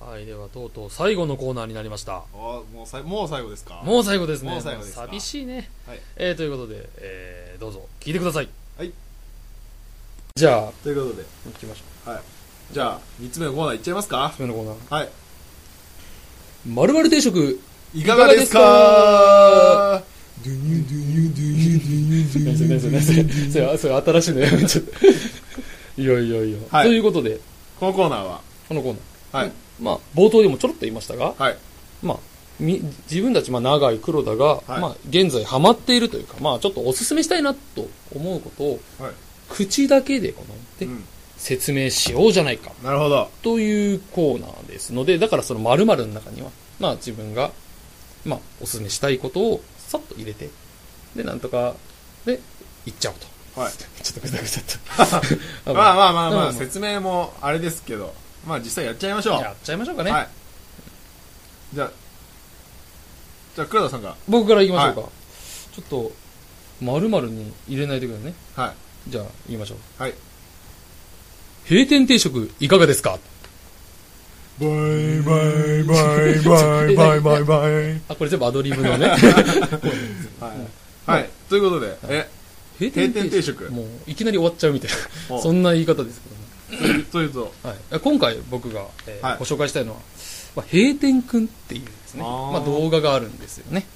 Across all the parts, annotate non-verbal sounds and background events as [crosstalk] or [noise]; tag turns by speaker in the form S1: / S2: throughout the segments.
S1: はい、ではとうとう最後のコーナーになりました。
S2: あもうさいもう最後ですか
S1: もう最後ですね。
S2: もう最後ですか
S1: 寂しいね。
S2: はい
S1: えー、ということで、えー、どうぞ、聞いてください。
S2: はい。
S1: じゃあ、
S2: ということで
S1: 行きましょう。
S2: じゃあ3つ目のコーナーいっちゃいますか
S1: 次のコーナー。
S2: はい
S1: まるまる定食。
S2: いかがです
S1: い
S2: か
S1: か
S2: ドゥニュドゥニュドゥニュドゥニュドゥニュドゥニ
S1: [laughs]
S2: ュ
S1: それ、それ新しいのやめ [laughs] ちゃった。いやいやいや。
S2: はい
S1: ということで、
S2: このコーナーは
S1: このコーナー。
S2: はい
S1: まあ、冒頭でもちょろっと言いましたが、
S2: はい
S1: まあ、み自分たち、まあ、長井黒田が、
S2: はい
S1: まあ、現在ハマっているというか、まあ、ちょっとおすすめしたいなと思うことを、
S2: はい
S1: 口だけでこの、で
S2: うん
S1: 説明しようじゃないか
S2: なるほど
S1: というコーナーですので、だからその〇〇の中には、まあ自分が、まあお勧めしたいことをさっと入れて、で、なんとか、で、行っちゃおうと。 [laughs]
S2: はい。
S1: ちょっとぐだぐだと。
S2: [laughs] まあまあまあ
S1: まあ
S2: ま
S1: ま
S2: あ
S1: あ
S2: 説明もあれですけどまあ実際やっちゃいましょう
S1: やっちゃいましょうかね。
S2: はいじゃあじゃあ黒田さんが
S1: 僕から行きましょうか。ちょっと、〇〇に入れないといけないね。
S2: はい
S1: じゃあ、言いましょう。
S2: はい
S1: 閉店定食いかがですか
S2: バイバイバイバイバイバイバイ
S1: あ、これ全部アドリブのね。
S2: はいはいということでえ
S1: 閉
S2: [laughs] 閉店定食
S1: もう、いきなり終わっちゃうみたいな。
S2: お
S1: そんな言い方ですけどね。
S2: というと
S1: はい、今回僕が、えー
S2: はい
S1: ご紹介したいのは、まあ、閉店くんっていうですね
S2: あー
S1: まあ、動画があるんですよね、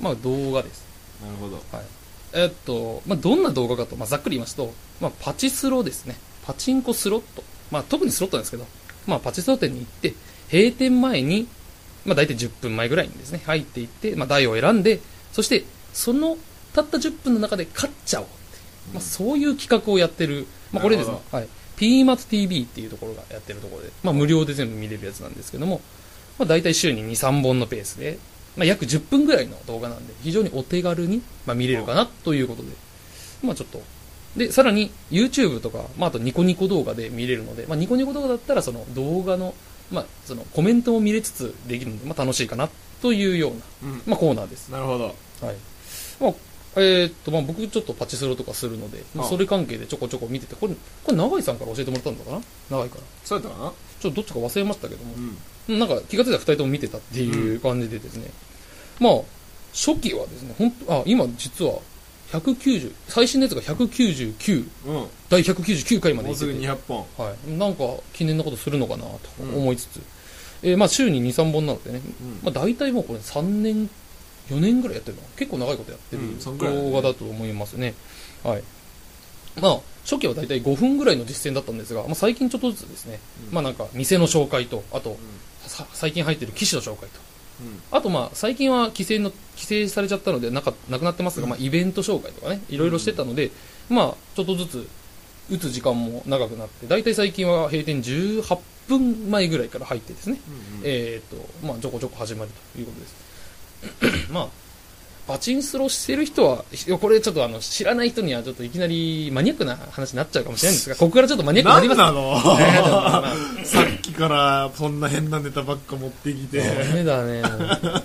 S1: まあ、動画です、
S2: なるほど
S1: はいえっとまあ、どんな動画かと、まあ、ざっくり言いますと、まあ、パチスロですねパチンコスロット、まあ、特にスロットなんですけど、まあ、パチスロ店に行って閉店前に、まあ、大体10分前ぐらいにですね入っていって、まあ、台を選んでそしてそのたった10分の中で勝っちゃおうまあ、そういう企画をやってる、まあ、これです
S2: な
S1: ね
S2: る、
S1: はい、ピーマツ TV っていうところがやってるところで、まあ、無料で全部見れるやつなんですけども、まあ、大体週に2、3本のペースで、まあ、約10分ぐらいの動画なんで、非常にお手軽に、まあ、見れるかなということで、まあ、ちょっと。で、さらに YouTube とか、まあ、あとニコニコ動画で見れるので、まあ、ニコニコ動画だったらその動画の、まあ、そのコメントも見れつつできるので、まあ、楽しいかなというような、
S2: うん
S1: まあ、コーナーです。
S2: なるほど
S1: はい。まあ、えーっと、まあ僕ちょっとパチスロとかするので、まあ
S2: ああ
S1: それ関係でちょこちょこ見てて、これ、これ長井さんから教えてもらったんだかな長井から。
S2: そうやったか
S1: ちょ
S2: な
S1: っとどっちか忘れましたけども
S2: う、ん
S1: なんか気がついたら二人とも見てたっていう感じでですね、まあ、初期はですね、本当あ、今実は、190、最新のやつが199、
S2: うん
S1: 第199回までい
S2: も
S1: うって
S2: すぐ
S1: て、
S2: 200本
S1: はい。なんか記念なことするのかなと思いつつ、えーまあ週に2、3本なのでね、
S2: うん
S1: まあ、大体もうこれ3年、4年ぐらいやってるの結構長いことやってる
S2: うんそんぐらいだね
S1: 動画だと思いますね。はい。まあ、初期は大体5分ぐらいの実践だったんですが、まあ、最近ちょっとずつですね、
S2: うん
S1: まあなんか店の紹介と、あと、さ最近入ってる機種の紹介と、
S2: うん
S1: あとまあ最近は規制の規制されちゃったのでなかなくなってますが、まあ、イベント紹介とかねいろいろしてたので、まあちょっとずつ打つ時間も長くなって大体最近は閉店18分前ぐらいから入ってですね、
S2: うん
S1: えっ、とまあちょこちょこ始まるということですまあパチンスロしてる人はいやこれちょっとあの知らない人にはちょっといきなりマニアックな話になっちゃうかもしれないんですがここからちょっとマニアックにな
S2: 何
S1: ります
S2: なの
S1: えーでもまあまあ
S2: さっきからそんな変なネタばっか持ってきて
S1: ダメだね。もう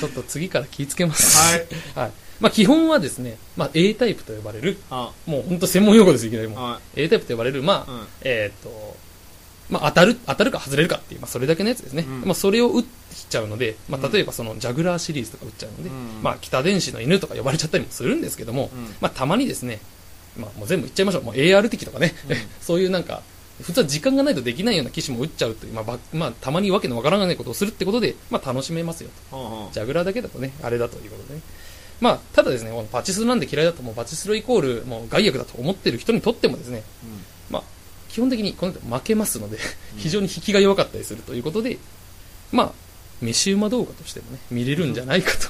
S1: ちょっと次から気ぃつけます。
S2: はい。
S1: はい。まあ基本はですね、まあ A タイプと呼ばれる、
S2: あ
S1: もう本当専門用語です、いきなりもう。
S2: あ
S1: A タイプと呼ばれる、まあ、
S2: うん
S1: えっ、と、まあ当たる、当たるか外れるかっていう、まあそれだけのやつですね。
S2: うん
S1: まあそれを打っちゃうので、まあ例えばそのジャグラーシリーズとか打っちゃうので、
S2: うん
S1: まあ北電子の犬とか呼ばれちゃったりもするんですけども、
S2: うん
S1: まあたまにですね、まあもう全部言っちゃいましょう。もう AR 的とかね、 [laughs] そういうなんか、普通は時間がないとできないような機種も打っちゃうという、まあば、まあ、たまにわけのわからないことをするってことで、まあ楽しめますよと。
S2: うんうん
S1: ジャグラーだけだとね、あれだということでね。まあ、ただですね、このパチスロなんで嫌いだと、もうパチスロイコール、もう害悪だと思ってる人にとってもですね、まあ、基本的にこの人負けますので、非常に引きが弱かったりするということで、まあ、飯馬動画としてもね、見れるんじゃないかと、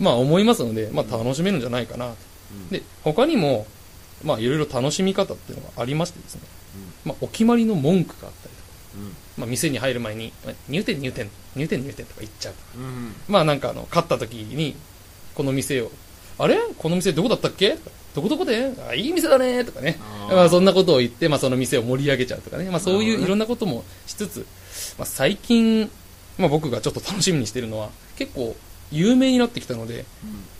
S1: まあ思いますので、まあ楽しめるんじゃないかなと。
S2: うん
S1: で、他にも、まあいろいろ楽しみ方っていうのがありましてですね、まあお決まりの文句があったりとか、
S2: うん
S1: まあ店に入る前に、入店入店、入店入店とか言っちゃうとか
S2: うんうん
S1: まあなんかあの、勝った時に、この店を、あれこの店どこだったっけどこどこであ、いい店だねとかね。
S2: あー
S1: まあそんなことを言って、まあその店を盛り上げちゃうとかね。まあそう
S2: なる
S1: い
S2: ほど
S1: う
S2: ね
S1: いろんなこともしつつ、まあ最近、まあ僕がちょっと楽しみにしてるのは、結構有名になってきたので、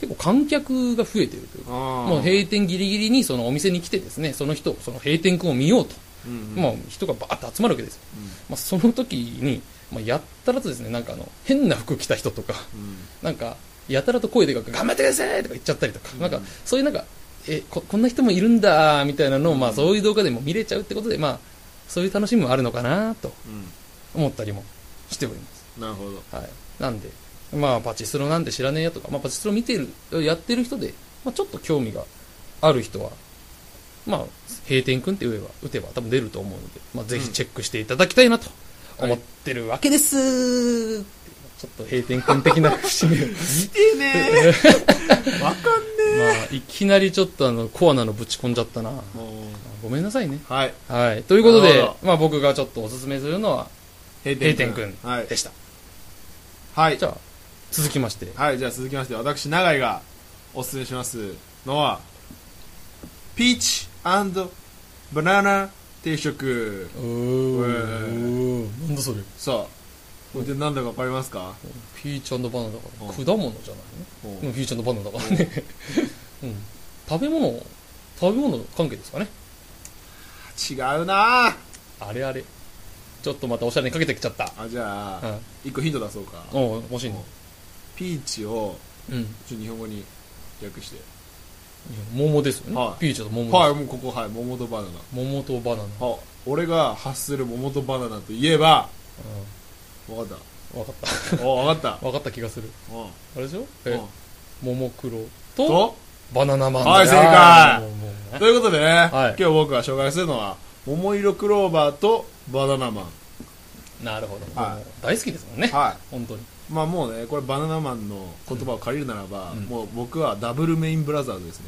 S1: 結構観客が増えてるというか、
S2: あー
S1: もう閉店ギリギリにそのお店に来てですね、その人、その閉店君を見ようと。
S2: うんうん
S1: まあ、人がバーッと集まるわけですよ、
S2: うん
S1: まあ、その時に、まあ、やったらとですね、なんかあの、変な服着た人とか、
S3: うん
S1: なんか、やたらと声でかく、頑張ってくださいとか言っちゃったりとか、
S3: うん
S1: なんか、そういうなんか、え、ここんな人もいるんだ、みたいなのを、まあ、そういう動画でも見れちゃうってことで、まあ、そういう楽しみもあるのかな、と思ったりもしております。
S3: うんなるほど
S1: はい。なんで、まあ、パチスロなんて知らねえやとか、まあ、パチスロ見てる、やってる人で、まあ、ちょっと興味がある人は、まあ、閉店くんって言えば、打てば多分出ると思うので、まあ、ぜひチェックしていただきたいなと思ってるわけです。ちょっと閉店くん的な節目を
S3: 見てねーわかんね
S1: まあ、いきなりちょっとあの、コアなのぶち込んじゃったな。
S3: えもう
S1: ごめんなさいね。
S3: はい
S1: はい。ということ
S3: なる
S1: で
S3: ほ、
S1: まあ僕がちょっとおすすめするのは、
S3: 閉
S1: 閉店くん
S3: はい
S1: でした。
S3: はい
S1: じゃあ、続きまして、
S3: はい、じゃあ続きまして、私、永井がおすすめしますのは、ピーチバナナ定食。
S1: おーなんだそれ
S3: さあ、これで何だかわかりますか
S1: ピーチバナナだから、
S3: うん
S1: 果物じゃないねうんピーチバナナだからね [laughs] うん食べ物食べ物関係ですかね
S3: 違うなあ
S1: あれあれちょっとまたおしゃれにかけてきちゃった
S3: あ、じゃ
S1: う
S3: あ、
S1: ん
S3: 一個ヒント出そうか。
S1: おう欲しいね
S3: ピーチを、
S1: うんい
S3: ちょっと日本語に訳して。
S1: や桃ですよね
S3: はい
S1: ピーチと桃
S3: はい、
S1: です
S3: もうここ、はい、桃とバナ
S1: 桃とバナナ
S3: ナ。はい、俺が発する桃とバナナといえば、わかっ。
S1: 分かった
S3: お、わかった
S1: た。分かった気がする
S3: うん
S1: あれでしょ
S3: う
S1: え
S3: ん
S1: 桃黒と
S3: と、
S1: バナナマン
S3: はい正解
S1: あーもうもうもう
S3: ということでね、
S1: はい
S3: 今日僕が紹介するのは、桃色クローバーとバナナマン。
S1: なるほど
S3: はい
S1: もう大好きですもんね
S3: は
S1: 本当に [laughs]
S3: い。まあもうね、これバナナマンの言葉を借りるならば、
S1: うん
S3: もう僕はダブルメインブラザーズです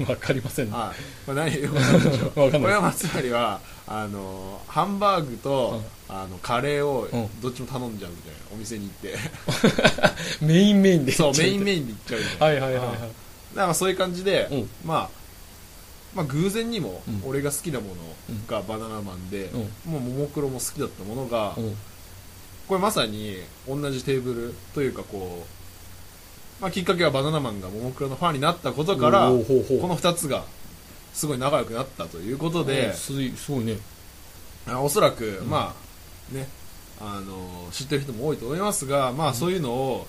S3: ね。
S1: 分かりませんね
S3: はい。これ何よくわかんないでしょ。
S1: [laughs] わかん
S3: こ
S1: ない
S3: れはまあつまりは、あの、ハンバーグと、あの、カレーを
S1: うん
S3: どっちも頼んじゃうみたいな、お店に行って。
S1: メインメインで
S3: [laughs] そう、メイン
S1: イ
S3: メインで行っちゃうみたいな。
S1: はいはいはいはい
S3: あなんかそういう感じで、
S1: うん
S3: まあ、まあ偶然にも
S1: うん
S3: 俺が好きなものがバナナマンで、もうももクロも好きだったものが、
S1: うん
S3: これまさに同じテーブルというかこう、まあ、きっかけはバナナマンがももクロのファンになったことから
S1: お
S3: こ
S1: ーほうほう
S3: の2つがすごい仲良くなったということ
S1: う
S3: で
S1: ん、すいすごいね
S3: あおそらく、まあねあの知ってる人も多いと思いますが、まあ、そういうのを、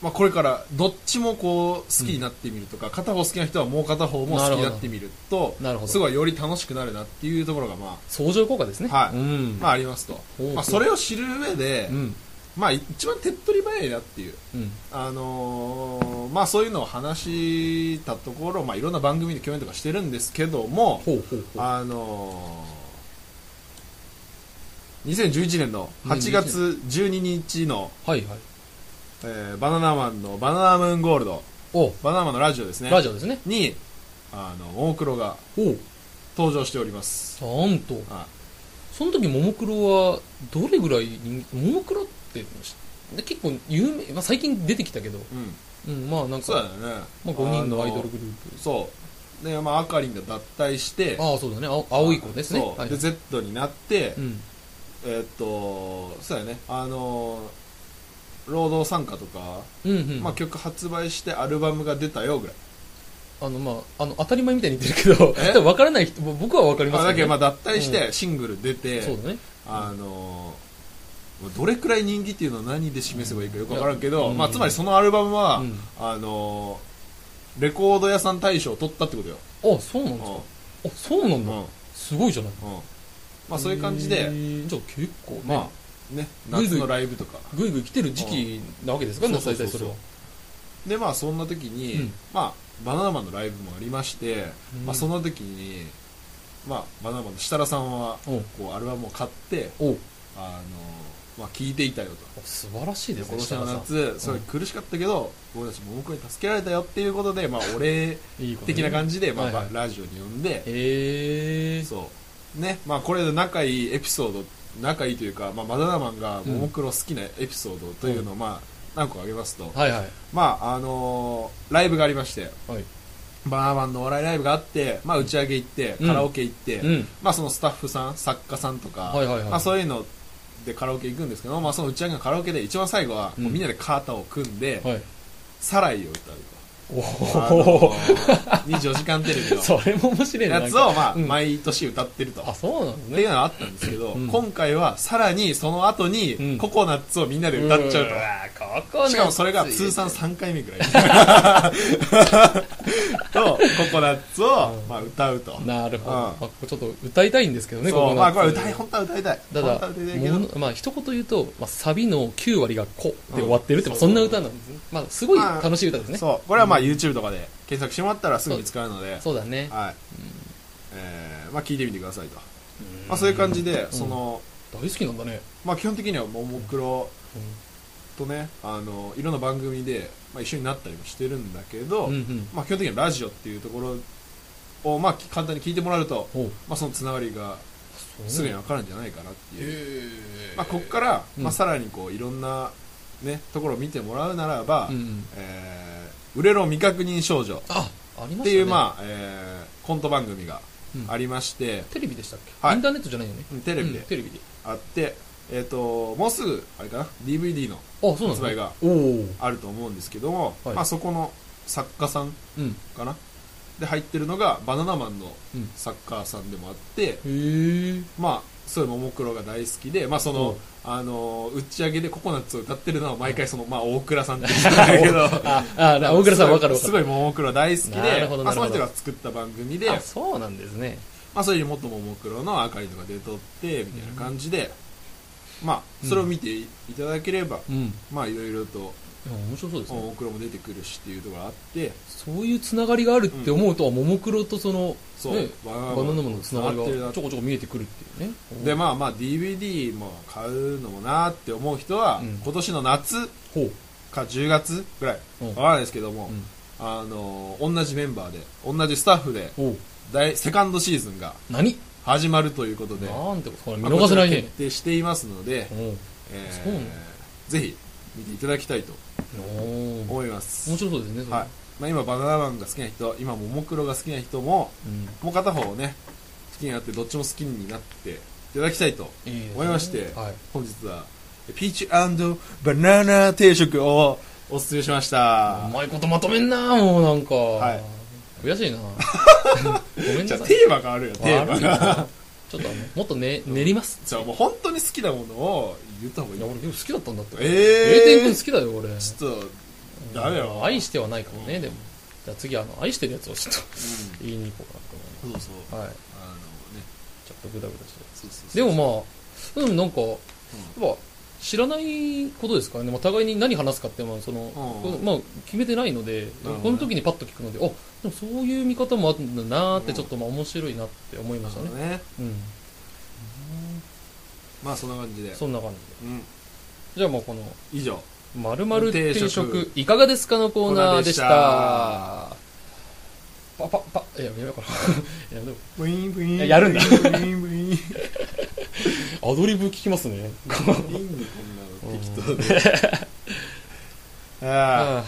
S3: まあ、これからどっちもこう好きになってみるとか、片方好きな人はもう片方も好きになってみると
S1: なるほど
S3: すごいより楽しくなるなっていうところが、ま
S1: 相乗効果ですね
S3: はい
S1: うん
S3: あまあ、ありますと、
S1: ほうほう
S3: まあ、それを知る上で、
S1: うん
S3: まあ、一番手っ取り早いなっていう、
S1: うん
S3: あのーまあ、そういうのを話したところ、まあ、いろんな番組で共演とかしてるんですけども、
S1: ほうほうほう
S3: あのー2011年の8月12日の、
S1: はいはい
S3: えーバナナマンのバナナムーンゴールド、
S1: お
S3: バナナマンのラジオですね、
S1: ラジオですね
S3: に、あの、ももクロが
S1: お
S3: 登場しております。
S1: なんと
S3: は
S1: その時ももクロはどれぐらい人気ももクロってで結構有名、まあ、最近出てきたけど、
S3: いうん、
S1: うん、まあなん
S3: そうだよ
S1: か、
S3: ね。
S1: まあ、5人のアイドル
S3: あ
S1: グループ
S3: そう。で、まあ、あかりんが脱退して、
S1: ああそうだね青青い子ですね
S3: そう
S1: はい
S3: で、Z になって、
S1: うん
S3: えーっと、そうだよね、あのー労働参加とか、
S1: うんうん、
S3: まあ、曲発売してアルバムが出たよぐらい。
S1: あのまああの当たり前みたいに言ってるけど [laughs]
S3: え
S1: 多分分からない人も僕は分かりま
S3: まあ、
S1: す
S3: だけ
S1: け
S3: ど、
S1: ど、
S3: まあ、
S1: ね
S3: 脱退してシングル出て、
S1: そうだね
S3: あのーどれくらい人気っていうのは何で示せばいいかよくわからんけ
S1: い
S3: ど、
S1: や
S3: まあ、つまりそのアルバムは、
S1: うん
S3: あのーレコード屋さん大賞を取ったってことよ。
S1: あそうなんですか
S3: う
S1: あそうなん
S3: ん。
S1: だ、
S3: うん。うん
S1: すごいじゃない
S3: まあ、そういう感じ
S1: へ
S3: で、
S1: ーじゃあ結構ね、
S3: まあ、ね、
S1: ぐいぐ
S3: 夏
S1: い
S3: のライブとか。
S1: ぐいぐい来てる時期なわけですからね、
S3: そう
S1: 大
S3: そう
S1: 体
S3: そ
S1: そうれ
S3: そう
S1: は。
S3: で、まあ、そんな時に、
S1: うん
S3: まあ、バナナマンのライブもありまして、
S1: うん
S3: まあ、そんな時に、まあ、バナナマンの設楽さんは、
S1: おう
S3: こう、アルバムを買って、
S1: おう
S3: あのーまあ、聴いていたよと。
S1: 素晴らしいです
S3: 今
S1: ね、
S3: 年の
S1: 設
S3: 夏、すごい苦しかったけど、僕たちも僕に助けられたよっていうことで、まあ、お礼
S1: 楽いい子ね
S3: 的な感じで、まあ
S1: はいはい
S3: ラジオに呼んで、
S1: へえ
S3: そう。ね、まあ、これで仲いいエピソード、仲いいというか、まあ、バナナマンがももクロ好きなエピソードというのを、まあ、何個か挙げますと、
S1: はいはい
S3: まあ、あのーライブがありまして、
S1: はい
S3: バナナマンのお笑いライブがあって、まあ、打ち上げ行って、
S1: うん
S3: カラオケ行って、
S1: うん
S3: まあ、そのスタッフさん、作家さんとか、
S1: はいはいはい
S3: まあ、そういうのでカラオケ行くんですけど、まあ、その打ち上げのカラオケで一番最後は、
S1: うん
S3: もうみんなで肩を組んで、
S1: はい
S3: サライを歌うと。
S1: お
S3: あの
S1: お
S3: 24時間テレビ
S1: [laughs]
S3: の
S1: それも面白いな
S3: やつを、まあ、
S1: うん
S3: 毎年歌ってると。
S1: あそうなんです
S3: っていう
S1: ね
S3: のはあったんですけど、
S1: うん
S3: 今回はさらにその後
S1: う
S3: に
S1: ん
S3: ココナッツをみんなで歌っちゃうと。
S1: わここ
S3: しかもそれが通算3回目ぐらい。と、ココナッツを、まあ、歌うと。
S1: なるほど、
S3: うん
S1: まあ、ここちょっと歌いたいんですけどねこ
S3: そう、
S1: こ
S3: ま
S1: が
S3: あ、これ歌い、本当は歌いたい。
S1: た
S3: 本当
S1: だ
S3: は歌いたいけど
S1: ものまあ一言言うと、まあ、サビの9割が「こ」で終わってるって、
S3: うん
S1: まあそんな歌なんですね、まあ、すごい楽しい歌ですね、そ
S3: そう、これはまあ、YouTube とかで検索してもらったらすぐ見つかるので、
S1: うだね
S3: はい。えーまあ、聞いてみてくださいと。まあ、そういう感じで、その、
S1: 大好きなんだね
S3: まあ、基本的にはももクロとね、あの、いろんな番組で、まあ、一緒になったりもしてるんだけど、
S1: うんうん
S3: まあ、基本的にはラジオっていうところを、まあ、き簡単に聞いてもらうと、
S1: おう
S3: まあ、そのつながりがすぐにわかるんじゃないかなっていう、
S1: え
S3: まあ、ここから、
S1: うん
S3: まあ、さらにこういろんな、ね、ところを見てもらうならば「
S1: うんうん
S3: えー売れろ未確認少女」
S1: あありましたね
S3: っていう、まあえーコント番組が
S1: うん
S3: ありまして、
S1: テレビでしたっけ、
S3: はい
S1: インターネットじゃないよね
S3: うんテレビで
S1: うんテレビで
S3: あって、えー、ともうすぐあれかな DVD の
S1: あそうなん
S3: 発売が
S1: おお
S3: あると思うんですけども、
S1: はい
S3: まあ、そこの作家さん
S1: うん
S3: かなで入ってるのがバナナマンの
S1: うん
S3: 作家さんでもあって、
S1: へえ
S3: まあ、そういうももクロが大好きで、まあ、その、あのー打ち上げでココナッツを歌ってるのは毎回その、まあ、大倉さんって人なんだけ
S1: [laughs]
S3: ど
S1: ああ大倉さんわかるわか
S3: す
S1: る
S3: ごいももクロ大好きで
S1: なるほど
S3: まあ、
S1: なる
S3: そ
S1: ほ
S3: の
S1: ど
S3: 人が作った番組で
S1: あそうなんですね
S3: まあ、それに元ももクロのあかりとか出とってみたいな感じで、まあ、それを見ていただければ、
S1: うん
S3: まあ、いろいろと
S1: いや面白そうです
S3: も
S1: ね
S3: もクロも出てくるしっていうところがあって
S1: そういうつながりがあるって思うと、ももクロとその、
S3: そう
S1: ね、
S3: バ
S1: バ
S3: ナ
S1: ナ
S3: ナマン
S1: ナマンのつながり
S3: 繋がってるな
S1: がちょこちょこ見えてくるっていうね。
S3: でまあまあ DVD も買うのもなーって思う人は、
S1: うん
S3: 今年の夏
S1: ほう。
S3: か10月ぐらい、
S1: うん
S3: わからないですけども、
S1: うん
S3: あの同じメンバーで同じスタッフで
S1: ほう。
S3: 大セカンドシーズンが
S1: 何
S3: 始まるということで
S1: なんてこと、これ見
S3: まあ
S1: 逃せない
S3: こちら
S1: ね
S3: 決。定していますので、
S1: おう
S3: えー
S1: そうなの
S3: ぜひ見ていただきたいと
S1: おう
S3: 思いま
S1: 面
S3: す、
S1: 白そうですね、それ
S3: はいまあ、今バナナマンが好きな人今ももクロが好きな人も
S1: うん
S3: もう片方をね好きになってどっちも好きになっていただきたいと
S1: いいですね
S3: 思いまして、
S1: はい。
S3: 本日はピーチバナナ定食をおすすめしました
S1: うまいことまとめんなもうなんか。
S3: はい
S1: 悔
S3: [laughs]
S1: しいなごめん
S3: じ
S1: な
S3: ゃ
S1: さ
S3: あ
S1: い。
S3: テーマがあるよテーマ
S1: 悪い
S3: が [laughs]
S1: なちょっとあの、もっとね、練ります。
S3: じゃあもう本当に好きなものを言った方がいい
S1: いや、俺、好きだったんだって。0
S3: えー
S1: 点くん好きだよ、俺。
S3: ちょっとダメよ
S1: 愛してはないかもね、でも。じゃあ次、あの、愛してるやつをちょっと言いに行こうかなと思います。
S3: そうそう
S1: はい。
S3: あのね
S1: ちょっとグダグダして。
S3: そうそうそう
S1: でもまあ、うん、なんか、やっぱ、知らないことですからね。まあ、互いに何話すかって、まあ、その、
S3: うん
S1: まあ、決めてないので、
S3: ほどね
S1: この時にパッと聞くので、あ、でもそういう見方もあるんだなーって、ちょっとまあ面白いなって思いま
S3: な
S1: し
S3: る
S1: た
S3: ほど
S1: ね。
S3: ね
S1: うん。
S3: まあそんな感じで
S1: そんな感じで。
S3: うん
S1: じゃあもうこの、
S3: 以上
S1: まるまる定
S3: 定
S1: 食
S3: 食、
S1: いかがですかのコーナーでした。
S3: コ
S1: パパパ、いや、やめようかな。い [laughs] や、でも、
S3: ブインブイン
S1: いややるんだ
S3: ブインブ [laughs] インブイン
S1: アドリブ聞きますね。
S3: いいんだこんなの適当でああ
S1: あ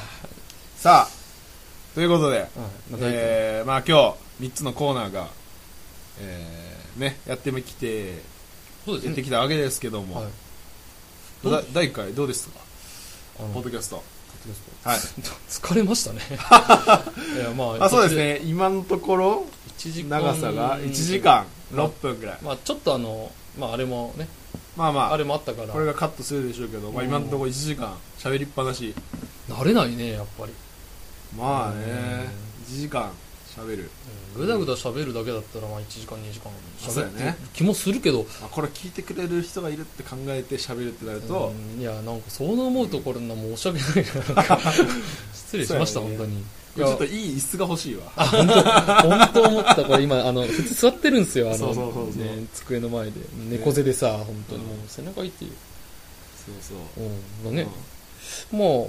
S3: さあということで
S1: あ、うんまあ大体
S3: えーまあ今日3つのコーナーがえーねやってきて
S1: そうです
S3: やって
S1: ね。
S3: きたわけですけども、
S1: はい
S3: だ第1回どうでしたか
S1: あの
S3: ポッドキャストはい
S1: 疲れましたね。 [laughs] いや、まあ、
S3: あそうです。ね今のところ
S1: 一時間
S3: 長さが1時。間6分ぐらい
S1: まあ、ちょっとあの、まあ、あれもね、
S3: まあまあ
S1: あれもあったから、
S3: これがカットするでしょうけど、まあ、
S1: うん
S3: 今のところ1時間喋りっぱなし
S1: 慣れないね、やっぱり。
S3: まあね
S1: うん
S3: 1時間喋る、
S1: ぐだぐだ喋るだけだったら、まあ、1時間、2時間
S3: そう
S1: 喋
S3: だ
S1: っ
S3: よ
S1: て
S3: ね
S1: る気もするけど、
S3: まあ、これ聞いてくれる人がいるって考えて喋るってなると、 [laughs]
S1: うんいや、なんか、そう思うところな、もう申し訳ないななんか。失礼しました、
S3: そう
S1: 本
S3: やね
S1: 当に。
S3: これちょっといい椅子が欲しいわ
S1: あ、本当本当思った。これ今、あの、普通座ってるんですよ、あの、
S3: そうそうそうそう
S1: ね机の前で。猫背でさ、本当にもう背中痛い。
S3: そうそう
S1: うん、だね。まあ、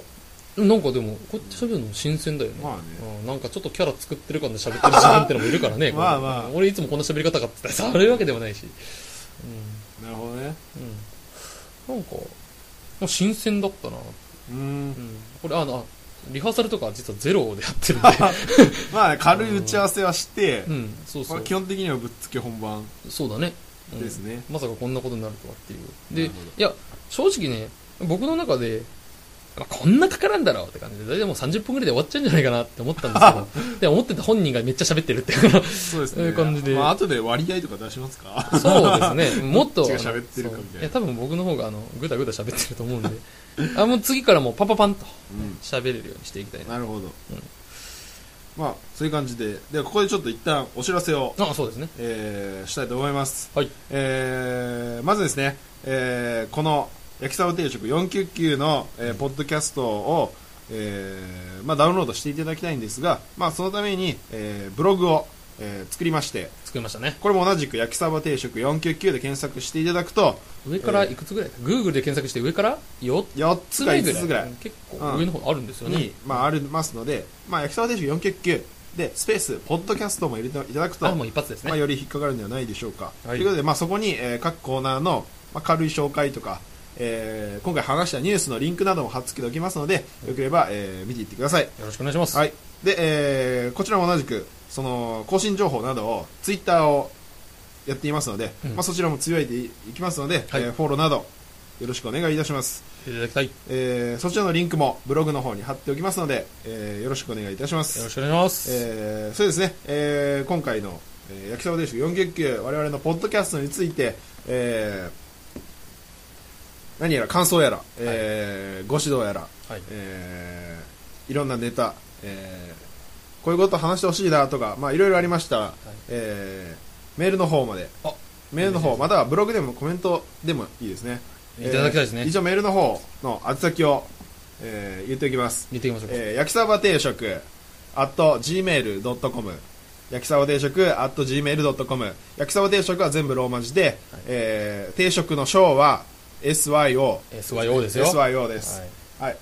S1: なんかでも、こうやって喋るのも新鮮だよね。
S3: まあね
S1: うん、なんかちょっとキャラ作ってる感で喋ってる自分ってのもいるからね。
S3: まあまあ
S1: これ俺いつもこんな喋り方かって言ったら、そういうわけでもないし。
S3: うんなるほどね
S1: うん。うん。なんか、まあ、新鮮だったな。
S3: うん
S1: うん。これ、あの、あリハーサルとか実はゼロでやってるん
S3: [laughs] まあね軽い打ち合わせはして、
S1: で。うん、そう
S3: ま
S1: そ
S3: あ、
S1: う。
S3: 基本的にはぶっつけ本番
S1: そうだね。うん
S3: ですね、
S1: まさかこんなことになるとはっていう。
S3: な
S1: で
S3: るほど、
S1: いや、正直ね、僕の中で、まあこんなかからんだろうって感じで、大体もう30分ぐらいで終わっちゃうんじゃないかなって思ったんですけど、で、思ってた本人がめっちゃ喋ってるっていう。
S3: そうです
S1: そうい
S3: ね。
S1: う感じで
S3: まあ、後で割合とか出しますか
S1: そう
S3: [laughs]
S1: ですね。もっと。
S3: どっちが喋ってるかみ
S1: そ
S3: たいな
S1: うや、多分僕の方が、あの、ぐだぐだ喋ってると
S3: [laughs]
S1: 思うんで。あ、もう次からもうパパパンと
S3: うん。
S1: 喋れるようにしていきたい [laughs] な。
S3: なるほど。まあ、そういう感じで。では、ここでちょっと一旦お知らせを、
S1: あ、そうですね。
S3: えーしたいと思います。
S1: はい。
S3: えーまずですね、えーこの焼きサバ定食499の、えーポッドキャストを、えーまあ、ダウンロードしていただきたいんですが、まあ、そのために、えーブログを、えー作りまして、
S1: 作りましたね。
S3: これも同じく焼きサバ定食499で検索していただくと、
S1: 上からいくつぐらい、?Google で検索して上から4
S3: 4
S1: つ
S3: つか
S1: 目
S3: 5
S1: ぐらい。
S3: つぐらい
S1: 結構上の方あるんですよね。
S3: に、まあ、ありますので、まあ、焼きサバ定食499で、スペース、ポッドキャストも入れていただくと、
S1: あ、もう一発ですね。
S3: まあ、より引っかかるんではないでしょうか。
S1: はい
S3: ということで、まあ、そこに、えー各コーナーの、まあ、軽い紹介とか、えー今回話したニュースのリンクなども貼っ付けておきますので、よければ、えー見ていってください。
S1: よろしくお願いします。
S3: はい。で、えーこちらも同じく、その、更新情報などを、ツイッターをやっていますので、
S1: うん
S3: まあ、そちらもつぶやいていきますので、
S1: はい
S3: えーフォローなど、よろしくお願いいたします。
S1: いただきたい。よ
S3: えーそちらのリンクもブログの方に貼っておきますので、えーよろしくお願いいたします。
S1: ろしくお願いします。
S3: えーそうですね、えー今回の、えー焼きそば定食499我々のポッドキャストについて、えー何やら感想やら、えーご指導やら、
S1: はい。
S3: えーいろんなネタ、えーこういうこと話してほしいなとか、まあ、いろいろありましたら、えーメールの方まで
S1: あ
S3: メールの方またはブログでもコメントでもいいですね
S1: いただきたいですね
S3: えー一応メールの方の宛先を、えー言っておきます
S1: 見ていきましょうか。
S3: えー焼きそば定食 at gmail.com 焼きそば定食 at gmail.com 焼きそば定食は全部ローマ字で、えー定食の章は SYO
S1: SYO ですよ。
S3: SYO で、
S1: ですはい。
S3: はい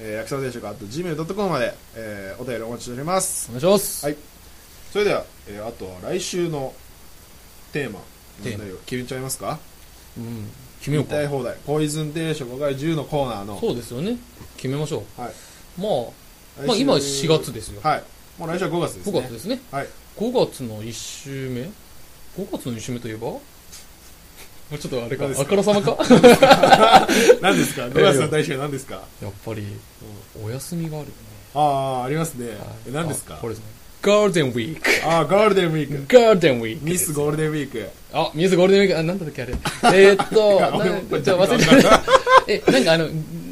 S3: えー焼きそば定食 at gmail.com まで、えーお便りお待ちしております
S1: お願いします。
S3: はいそれでは、えーあとは来週のテーマ
S1: テーマ
S3: なんだよ決めちゃいますか
S1: うん。決めよ
S3: 言
S1: うか
S3: いたい。放題ポイズン定食が10のコーナーの
S1: そうですよね。決めましょう。
S3: はい
S1: まあ、
S3: 来週
S1: まあ今4月ですよ。
S3: はいもう来週は5月です
S1: 5
S3: ね
S1: 月ですね。
S3: はい
S1: 5月の1週目 ?5 月の1週目といえば [laughs] もうちょっとあれか、
S3: 何ですか
S1: あからさまか
S3: [laughs] 何ですか ?5 月の大衆何ですか
S1: やっぱり、お休みがあるよね。
S3: ああ、ありますね。え何ですか
S1: あこれですね。ガールデンウィーク。
S3: ああ、ガールデンウィー
S1: [laughs]
S3: ク。
S1: ガールデンウィーク。
S3: ミスゴールデンウィーク。
S1: あ、ミスゴールデンウィーク、あ、なんだっけあれ。えーっと、
S3: 俺も
S1: なじゃあ忘れてた。え、なんかあの、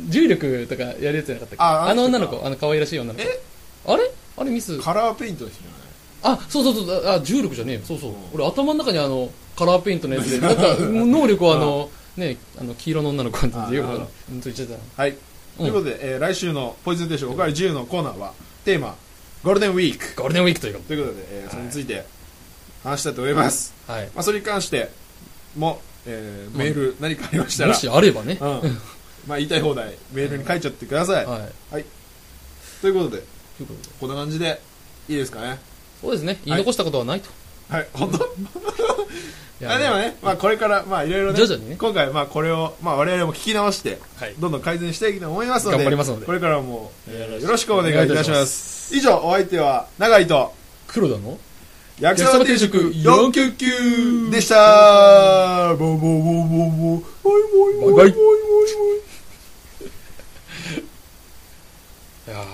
S1: 重力とかやるやつじゃなかったっけ
S3: ああ
S1: あ
S3: の
S1: の女
S3: 人か
S1: の子、あの可愛らしい女の子。
S3: え
S1: あれあれミス。
S3: カラーペイントですよね。
S1: あ、そうそうそう、あ、重力じゃねえよ。そうそう。俺頭の中にあの、カラーペイントのやつで、なんか、能力をあの、ね、あの、黄色の女の子に
S3: あ
S1: 言うか
S3: なる
S1: ら
S3: ほ、
S1: うんと言っちゃったな。
S3: はい。ということで、えー来週のポイズンテーションおかわり10のコーナーは、テーマ、ゴールデンウィーク。
S1: ゴールデンウィークという
S3: ということで、えーそれについて話したいと思います。
S1: か、はい。
S3: まあ、それに関しても、えーメール何かありました
S1: も
S3: ら、
S1: しあればね
S3: う。ん。まあ、言いたい放題、メールに書いちゃってください。
S1: はい。
S3: ということで、
S1: ということで
S3: こんな感じで、いいですかね。
S1: そうですね。言い残したことはないと。
S3: はい、本当
S1: いや
S3: あでもね、まあ、これから、まあ、いろいろね
S1: 徐々にね
S3: 今回、まあ、これを、まあ、我々も聞き直して、
S1: はい
S3: どんどん改善していきたいと思いますので
S1: 頑張りますので
S3: これからも、えー
S1: よろしく
S3: よろしくお願いいたし
S1: お願いいたし
S3: ま
S1: ます
S3: 以上お相手は永井と
S1: 黒田の
S3: 焼きそば定食499でしたボンボンボンボンボンボイボイボイボイボイボイ
S1: いやー